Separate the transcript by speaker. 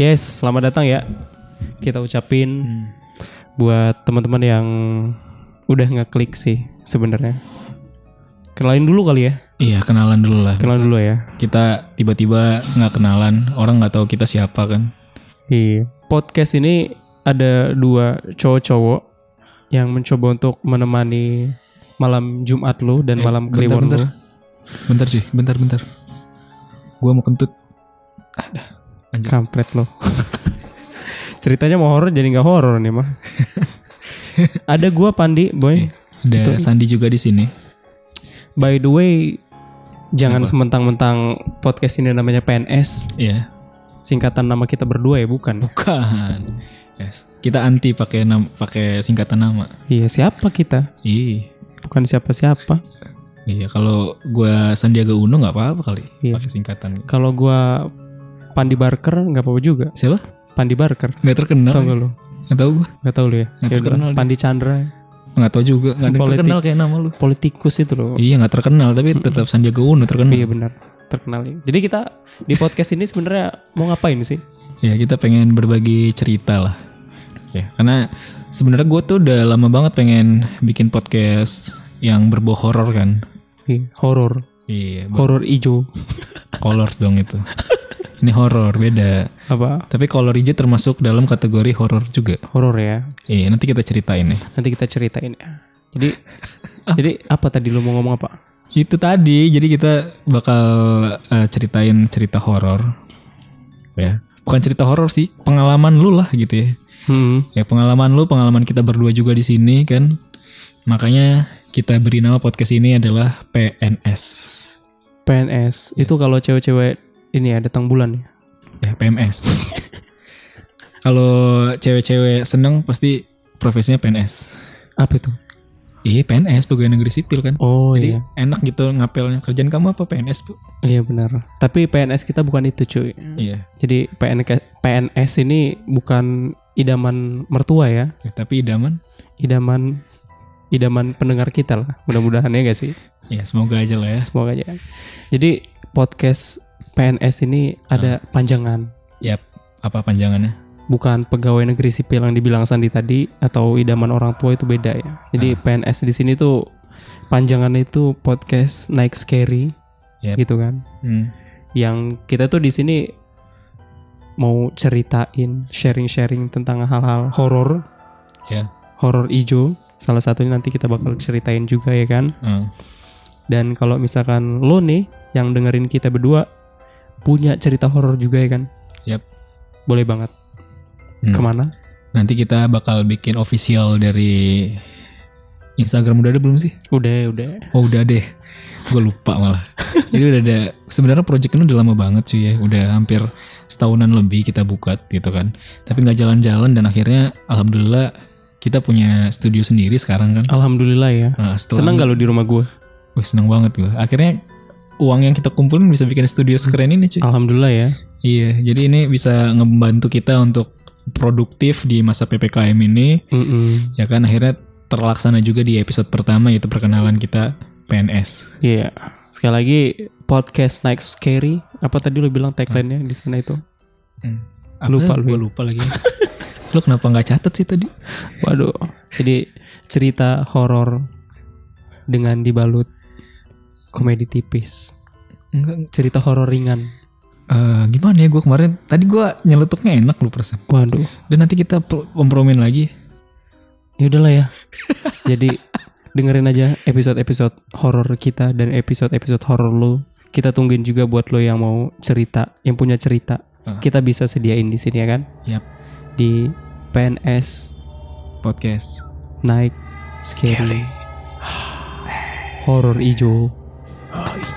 Speaker 1: Yes, selamat datang ya. Kita ucapin
Speaker 2: Hmm.
Speaker 1: buat teman-teman yang udah ngeklik sih sebenarnya. Kenalin dulu kali ya.
Speaker 2: Iya kenalan dulu lah.
Speaker 1: Kenalan dulu ya.
Speaker 2: Kita tiba-tiba nggak kenalan, orang nggak tahu kita siapa kan.
Speaker 1: Di podcast ini ada dua cowok-cowok yang mencoba untuk menemani malam Jumat lu dan
Speaker 2: Eh,
Speaker 1: malam
Speaker 2: bentar,
Speaker 1: Kliwon
Speaker 2: bentar.
Speaker 1: lu.
Speaker 2: Bentar sih, bentar bentar. Gua mau kentut.
Speaker 1: Kampret lo. Ceritanya mau horor jadi nggak horor nih mah. Ada gua Pandi, boy.
Speaker 2: Ada Sandi juga di sini.
Speaker 1: By the way, jangan sementang-mentang podcast ini namanya PNS,
Speaker 2: Iya.
Speaker 1: singkatan nama kita berdua ya bukan?
Speaker 2: Bukan. Yes. Kita anti pakai nam pakai singkatan nama.
Speaker 1: Iya siapa kita?
Speaker 2: Ih.
Speaker 1: Bukan siapa-siapa.
Speaker 2: Iya, kalau gua Sandiaga Uno nggak apa-apa kali
Speaker 1: Iya.
Speaker 2: pakai singkatan.
Speaker 1: Kalau gua Pandi Barker nggak apa-apa juga.
Speaker 2: Siapa?
Speaker 1: Pandi Barker,
Speaker 2: Nggak terkenal.
Speaker 1: tau gak lu?
Speaker 2: Nggak tahu gua.
Speaker 1: Nggak tau lu ya?
Speaker 2: ya? Nggak
Speaker 1: Ya udah,
Speaker 2: terkenal dia.
Speaker 1: Pandi Chandra,
Speaker 2: Nggak tahu juga. Nggak ada yang
Speaker 1: Politik.
Speaker 2: terkenal kayak nama lu.
Speaker 1: politikus itu loh.
Speaker 2: Iya, nggak terkenal tapi tetap Sandiaga Uno terkenal.
Speaker 1: Iya benar, terkenal. Jadi kita di podcast ini sebenarnya mau ngapain sih?
Speaker 2: Ya kita pengen berbagi cerita lah. Ya karena sebenarnya gue tuh udah lama banget pengen bikin podcast yang berbau horor kan.
Speaker 1: Iya, horor,
Speaker 2: Iya. ber-
Speaker 1: horor ijo.
Speaker 2: Kolor dong itu. Ini horor beda.
Speaker 1: Apa?
Speaker 2: Tapi kolor hijau termasuk dalam kategori horor juga.
Speaker 1: Horor ya.
Speaker 2: Iya nanti kita ceritain ya.
Speaker 1: Nanti kita ceritain ya. Jadi jadi apa tadi lu mau ngomong apa?
Speaker 2: Itu tadi jadi kita bakal eh, ceritain cerita horor. Ya. Bukan cerita horor sih, pengalaman lu lah gitu ya.
Speaker 1: Hmm.
Speaker 2: ya pengalaman lu pengalaman kita berdua juga di sini kan makanya kita beri nama podcast ini adalah PNS
Speaker 1: PNS itu
Speaker 2: Yes.
Speaker 1: kalau cewek-cewek ini ya datang bulan ya.
Speaker 2: ya PMS kalau cewek-cewek seneng pasti profesinya PNS
Speaker 1: Apa itu?
Speaker 2: iya PNS pegawai negeri sipil kan
Speaker 1: Oh
Speaker 2: jadi
Speaker 1: iya.
Speaker 2: enak gitu ngapelnya kerjaan kamu apa PNS bu
Speaker 1: Iya benar. Tapi PNS kita bukan itu, cuy.
Speaker 2: iya
Speaker 1: Jadi PNK PNS ini bukan idaman mertua ya,
Speaker 2: tapi idaman
Speaker 1: idaman idaman pendengar kita lah. Mudah-mudahan ya gak sih?
Speaker 2: ya semoga aja lah ya
Speaker 1: Semoga aja. Jadi podcast PNS ini ada panjangan.
Speaker 2: ya apa panjangannya
Speaker 1: bukan pegawai negeri sipil yang dibilang Sandi tadi atau idaman orang tua itu beda ya.
Speaker 2: Ah.
Speaker 1: Jadi PNS di sini tuh panjangannya itu podcast naik scary
Speaker 2: Yap.
Speaker 1: gitu kan.
Speaker 2: hmm.
Speaker 1: Yang kita tuh di sini mau ceritain sharing-sharing tentang hal-hal horor.
Speaker 2: Ya.
Speaker 1: Horor ijo salah satunya nanti kita bakal ceritain juga ya kan.
Speaker 2: Hmm.
Speaker 1: Dan kalau misalkan lo nih yang dengerin kita berdua punya cerita horor juga ya kan.
Speaker 2: Yap.
Speaker 1: Boleh banget.
Speaker 2: Hmm.
Speaker 1: Kemana?
Speaker 2: nanti kita bakal bikin official dari Instagram udah ada belum sih
Speaker 1: Udah, udah.
Speaker 2: Oh udah deh, gue lupa malah. Jadi udah ada. Sebenarnya project ini udah lama banget sih ya, udah hampir setahunan lebih kita buka gitu kan. Tapi nggak jalan-jalan dan akhirnya alhamdulillah kita punya studio sendiri sekarang kan.
Speaker 1: Alhamdulillah ya.
Speaker 2: Nah,
Speaker 1: Seneng gak lu di rumah gue?
Speaker 2: Wih, seneng banget gue. Akhirnya uang yang kita kumpulin bisa bikin studio sekeren ini cuy.
Speaker 1: Alhamdulillah ya.
Speaker 2: Iya, jadi ini bisa ngebantu kita untuk produktif di masa ppkm ini.
Speaker 1: Mm-mm.
Speaker 2: Ya kan akhirnya terlaksana juga di episode pertama yaitu perkenalan kita PNS.
Speaker 1: Iya. Sekali lagi podcast naik scary. Apa tadi lu bilang tagline-nya di sana itu? Lupa
Speaker 2: Hmm. lupa
Speaker 1: lu
Speaker 2: gue lupa lagi lu kenapa nggak catat sih tadi
Speaker 1: Waduh. Jadi cerita horor dengan dibalut komedi tipis.
Speaker 2: Enggak,
Speaker 1: Cerita horor ringan.
Speaker 2: gimana ya gue kemarin tadi gue nyelutuknya enak lu persen
Speaker 1: Waduh.
Speaker 2: dan nanti kita pro- kompromin lagi
Speaker 1: Ya udahlah ya. Jadi dengerin aja episode-episode horor kita dan episode-episode horor lu. Kita tungguin juga buat lo yang mau cerita, yang punya cerita.
Speaker 2: Ah.
Speaker 1: Kita bisa sediain di sini ya kan?
Speaker 2: Yap.
Speaker 1: Di PNS
Speaker 2: podcast
Speaker 1: naik scary, horor ijo.
Speaker 2: oh,